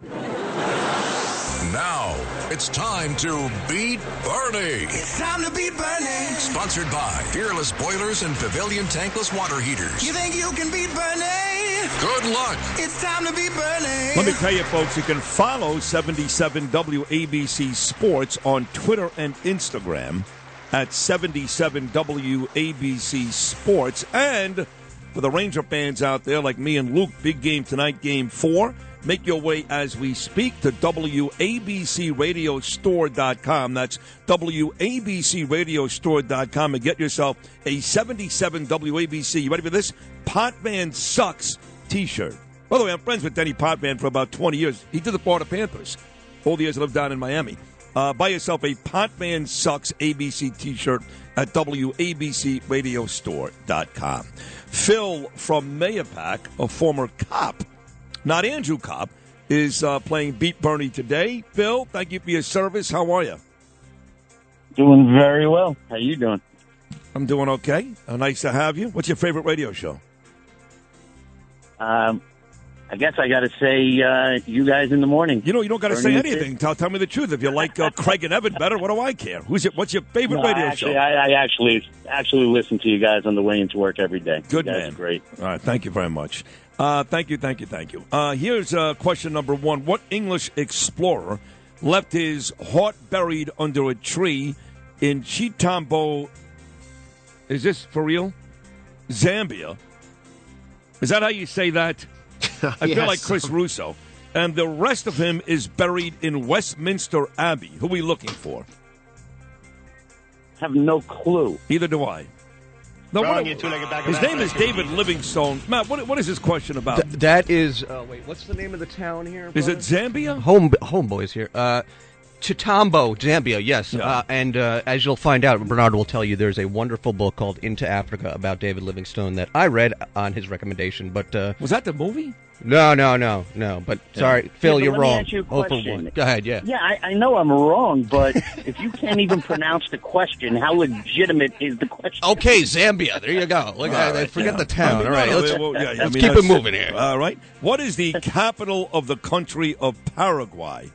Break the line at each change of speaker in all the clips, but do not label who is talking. Now it's time to beat Bernie.
It's time to beat Bernie.
Sponsored by Fearless Boilers and Pavilion Tankless Water Heaters.
You think you can beat Bernie?
Good luck.
It's time to beat Bernie.
Let me tell you, folks, you can follow 77 WABC Sports on Twitter and Instagram at 77 WABC Sports. And for the Ranger fans out there like me and Luke, big game tonight, game four. Make your way as we speak to WABCRadiostore.com. That's WABCRadiostore.com and get yourself a 77 WABC. You ready for this? Potman Sucks t shirt. By the way, I'm friends with Denny Potman for about 20 years. He did the Florida Panthers. All the years I lived down in Miami. Uh, buy yourself a Potman Sucks ABC t shirt at WABCRadiostore.com. Phil from Mayapack, a former cop, not Andrew Cobb, is uh, playing Beat Bernie today. Phil, thank you for your service. How are you?
Doing very well. How you doing?
I'm doing okay. Uh, nice to have you. What's your favorite radio show?
Um, I guess I got to say, uh, you guys in the morning.
You know, you don't got to say
Bernie is-
anything. Tell, tell me the truth. If you like uh, Craig and Evan better, what do I care? Who's your, what's your favorite
No, I
radio
actually,
show?
I, I actually actually listen to you guys on the way into work every day.
Good
you guys
man.
Are great.
All right. Thank you very much. Uh, thank you, thank you, thank you. Uh, here's uh, question number one. What English explorer left his heart buried under a tree in Chitambo? Is this for real? Zambia. Is that how you say that? I feel like Chris Russo. And the rest of him is buried in Westminster Abbey. Who are we looking for?
Have no clue.
Neither do I. No,
Wrong,
what-
you two-legged back of
his
that
name is
basket.
David Livingstone. Matt, what, what is this question about?
Th- that is. Uh, wait, what's the name of the town here?
Is it
brother?
Zambia?
home homeboys here? Uh, Chitambo, Zambia. Yes,
Yeah.
uh, and uh, as you'll find out, Bernard will tell you there's a wonderful book called Into Africa about David Livingstone that I read on his recommendation. But uh,
Was that the movie?
no, no, no, no. But sorry, Phil,
but
you're
let me
wrong.
ask you a
Oh, for
question.
one. Go ahead. Yeah.
Yeah, I, I know I'm wrong, but if you can't even pronounce the question, how legitimate is the question?
Oh.
Okay, Zambia. There you go. Look, I, I forget the town. All right,
No, no,
let's,
they- well, yeah, I
let's
mean,
keep it
that's-
moving here.
All right. What is the capital of the country of Paraguay?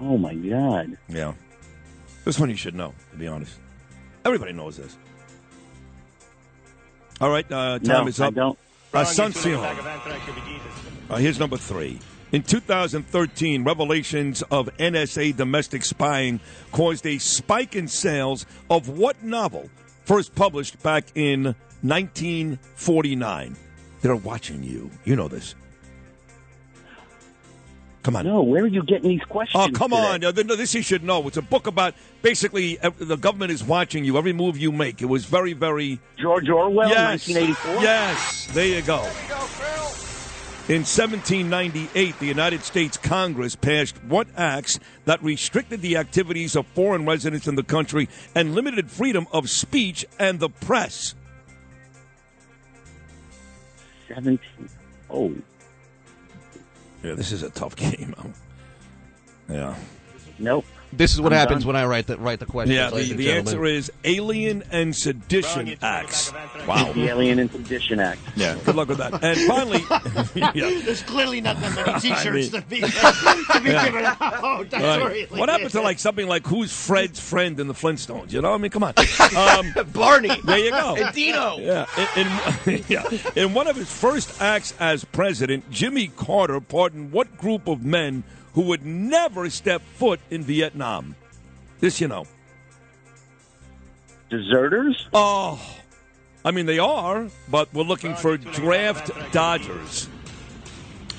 Oh my God.
Yeah. This one you should know, to be honest. Everybody knows this. All right, uh, time
no,
is
I
up.
don't.
Uh,
Wrong, you two-legged
Asuncion.
back of anthrax, you'll be Jesus.
Uh, here's number three. In 2013, revelations of NSA domestic spying caused a spike in sales of what novel first published back in 1949? They're watching you. You know this. Come on.
No, where are you getting these questions?
Oh, come
today?
on. No, th- no, this you should know. It's a book about basically uh, the government is watching you, every move you make. It was very, very.
George Orwell,
yes.
1984.
Yes. There you go. In 1798, the United States Congress passed what acts that restricted the activities of foreign residents in the country and limited freedom of speech and the press?
17. Oh,
Yeah, this is a tough game. Yeah.
nope.
This is what
I'm
happens
done.
when I write the write the questions.
Yeah,
ladies
the,
and
the
gentlemen.
answer is Alien and
Wrong,
Sedition
you two-legged back
Acts.
of anthrax.
Wow.
The Alien and Sedition Act.
Yeah. Good luck with that. And finally, yeah.
There's clearly not that many T-shirts
mean-
to be to be given out. Oh, That's
Right.
really
What happened to like something like who's Fred's friend in the Flintstones? You know, I mean, come on. Um,
Barney?
there you go.
Dino.
Yeah. In, in, yeah. in one of his first acts as president, Jimmy Carter pardoned what group of men who would never step foot in Vietnam? This you know.
Deserters? Uh,
Oh, I mean, they are, but we're looking for draft Dodgers.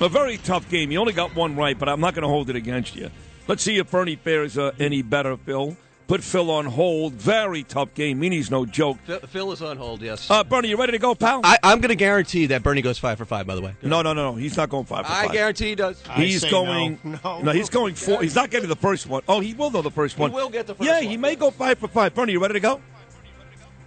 A very tough game. You only got one right, but I'm not going to hold it against you. Let's see if Bernie fares uh, any better, Phil. put Phil on hold. Very tough game. Meany's no joke.
Phil- Phil is on hold. Yes.
Uh, Bernie, you ready to go, pal?
I, I'm going to guarantee that Bernie goes five for five. By the way,
no, no, no, no. He's not going five for
I
five.
guarantee he does.
He's
I say
going.
no.
No.
No.
he's going four. He's not getting the first one. Oh, he will know the first one.
will get the first
yeah,
one.
he may go five for five. Bernie, you ready to go?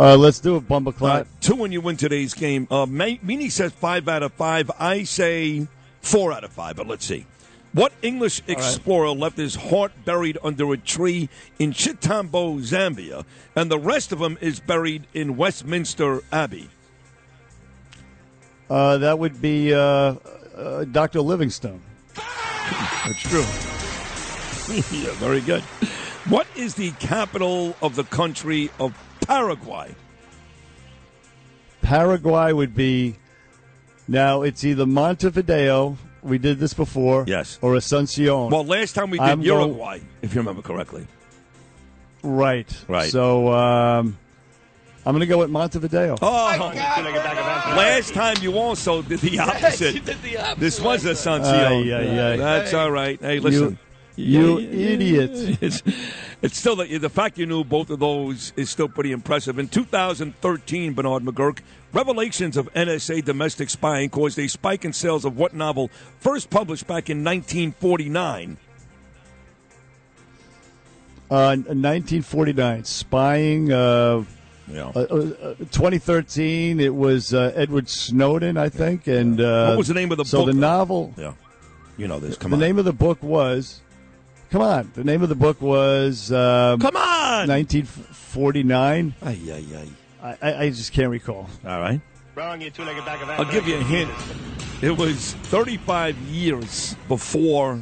Uh, let's do it, Bumble
Uh,
Clot.
two when you win today's game. Uh, Ma- Meany says five out of five. I say four out of five, but let's see. What English explorer left his heart buried under a tree in Chitambo, Zambia, and the rest of them is buried in Westminster Abbey?
Uh, that would be uh, uh, Dr. Livingstone.
That's true. yeah, very good. What is the capital of the country of Paraguay?
Paraguay would be. Now, it's either Montevideo, we did this before,
Yes.
or Asuncion.
Well, last time we did
I'm going-
Uruguay, if you remember correctly.
right.
Right.
So um, I'm going to go with Montevideo.
Oh, last time you also did the opposite. This was a Sancio.
Ay, ay, ay.
That's all right. Hey, listen.
you
Yeah, yeah,
idiot.
yeah. It's, it's still the, the fact you knew both of those is still pretty impressive. In 2013, Bernard McGurk, revelations of NSA domestic spying caused a spike in sales of what novel first published back in 1949?
Uh, 1949, spying. Uh,
Yeah.
uh, uh, 2013, it was uh, Edward Snowden, I think. And uh,
What was the name of the
so
book,
the
though?
novel.
yeah. You know this. Come
the
on.
name of the book was. Come on, the name of the book was um,
Come on.
1949.
Ay, ay, ay.
I, I I just can't recall.
All right.
Wrong, you two-legged back of
I'll give you a hint. It was 35 years before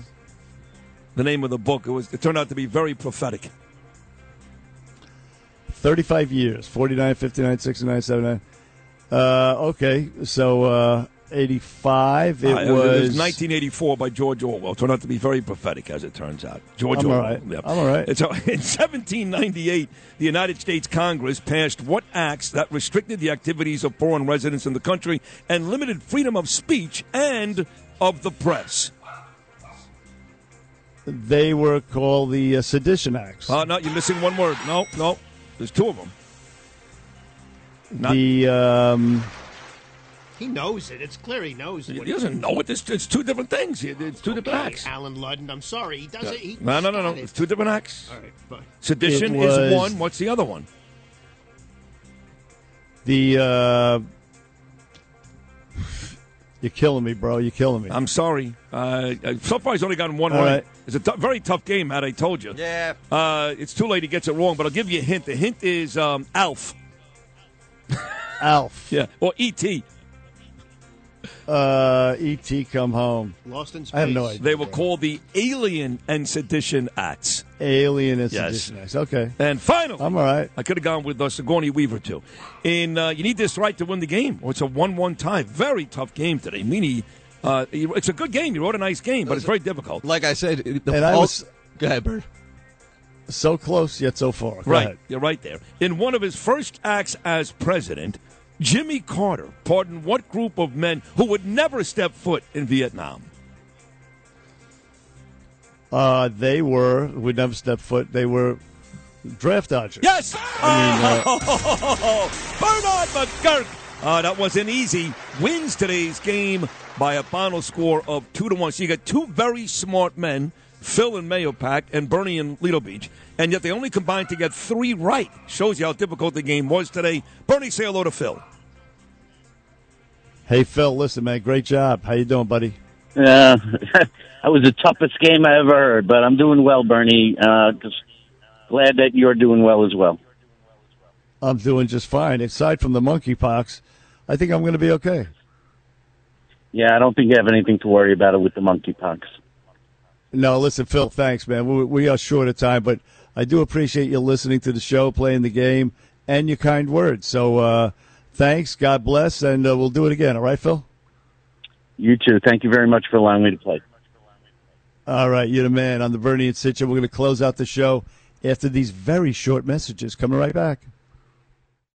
the name of the book. It was. It turned out to be very prophetic.
35 years, 49, 59, 69, 79. Uh, okay, so uh, 85. It
Uh,
was
1984 by George Orwell. It turned out to be very prophetic, as it turns out. George
I'm all
Orwell.
right.
Yep.
I'm all right.
And so, in 1798, the United States Congress passed what acts that restricted the activities of foreign residents in the country and limited freedom of speech and of the press.
They were called the uh, Sedition Acts.
Uh, no, you're missing one word. No, no. There's two of them. not-
the um,
He knows it. It's clear he knows it.
He doesn't know it. It's, it's two different things. It's two different
Okay,
acts.
Alan Ludden, I'm sorry. He doesn't. He
No, no, no, no.
got it.
It's two different acts.
All right, fine.
Sedition
It was-
is one. What's the other one?
the uh, you're killing me, bro. You're killing me.
I'm sorry. Uh, uh, so far, he's only gotten one
All
right.
right.
It's a t- very tough game, Matt. I told you.
Yeah.
Uh, it's too late. He gets it wrong, but I'll give you a hint. The hint is um, Alf.
Alf.
Yeah. Or E E.T.
Uh, E.T. Come Home.
Lost in space.
I have no idea.
They were called the Alien and Sedition Acts.
Alien and
Yes.
Sedition Acts. Okay.
And finally,
I'm all right.
I could have gone with uh, Sigourney Weaver too. And uh, you need this right to win the game. Or it's a one-one tie. Very tough game today. Meaning, uh, you- it's a good game. You wrote a nice game, but it's very difficult.
Like I said, the
And I
all-
was-
Go ahead, Bird.
So close yet so far. Go
Right,
ahead.
you're right there. In one of his first acts as president, Jimmy Carter pardoned what group of men who would never step foot in Vietnam?
Uh, they were we never stepped foot. They were draft dodgers.
Yes.
I mean, uh,
Oh, Bernard McGurk. Uh, that wasn't easy. Wins today's game by a final score of two to one. So you got two very smart men, Phil and Mayo Pack, and Bernie and Lido Beach, and yet they only combined to get three right. Shows you how difficult the game was today. Bernie, say hello to Phil.
Hey Phil, listen, man, great job. How you doing, buddy?
Uh, that was the toughest game I ever heard, but I'm doing well, Bernie. Uh, just glad that you're doing well as well.
I'm doing just fine. Aside from the monkeypox, I think I'm going to be okay.
Yeah, I don't think you have anything to worry about it with the monkeypox.
No, listen, Phil. Thanks, man. We, we are short of time, but I do appreciate you listening to the show, playing the game, and your kind words. So, uh, thanks. God bless, and uh, we'll do it again. All right, Phil.
You too. Thank you very much for allowing me to play.
All right, you're the man on the Bernie and Sitchin. We're going to close out the show after these very short messages. Coming right back.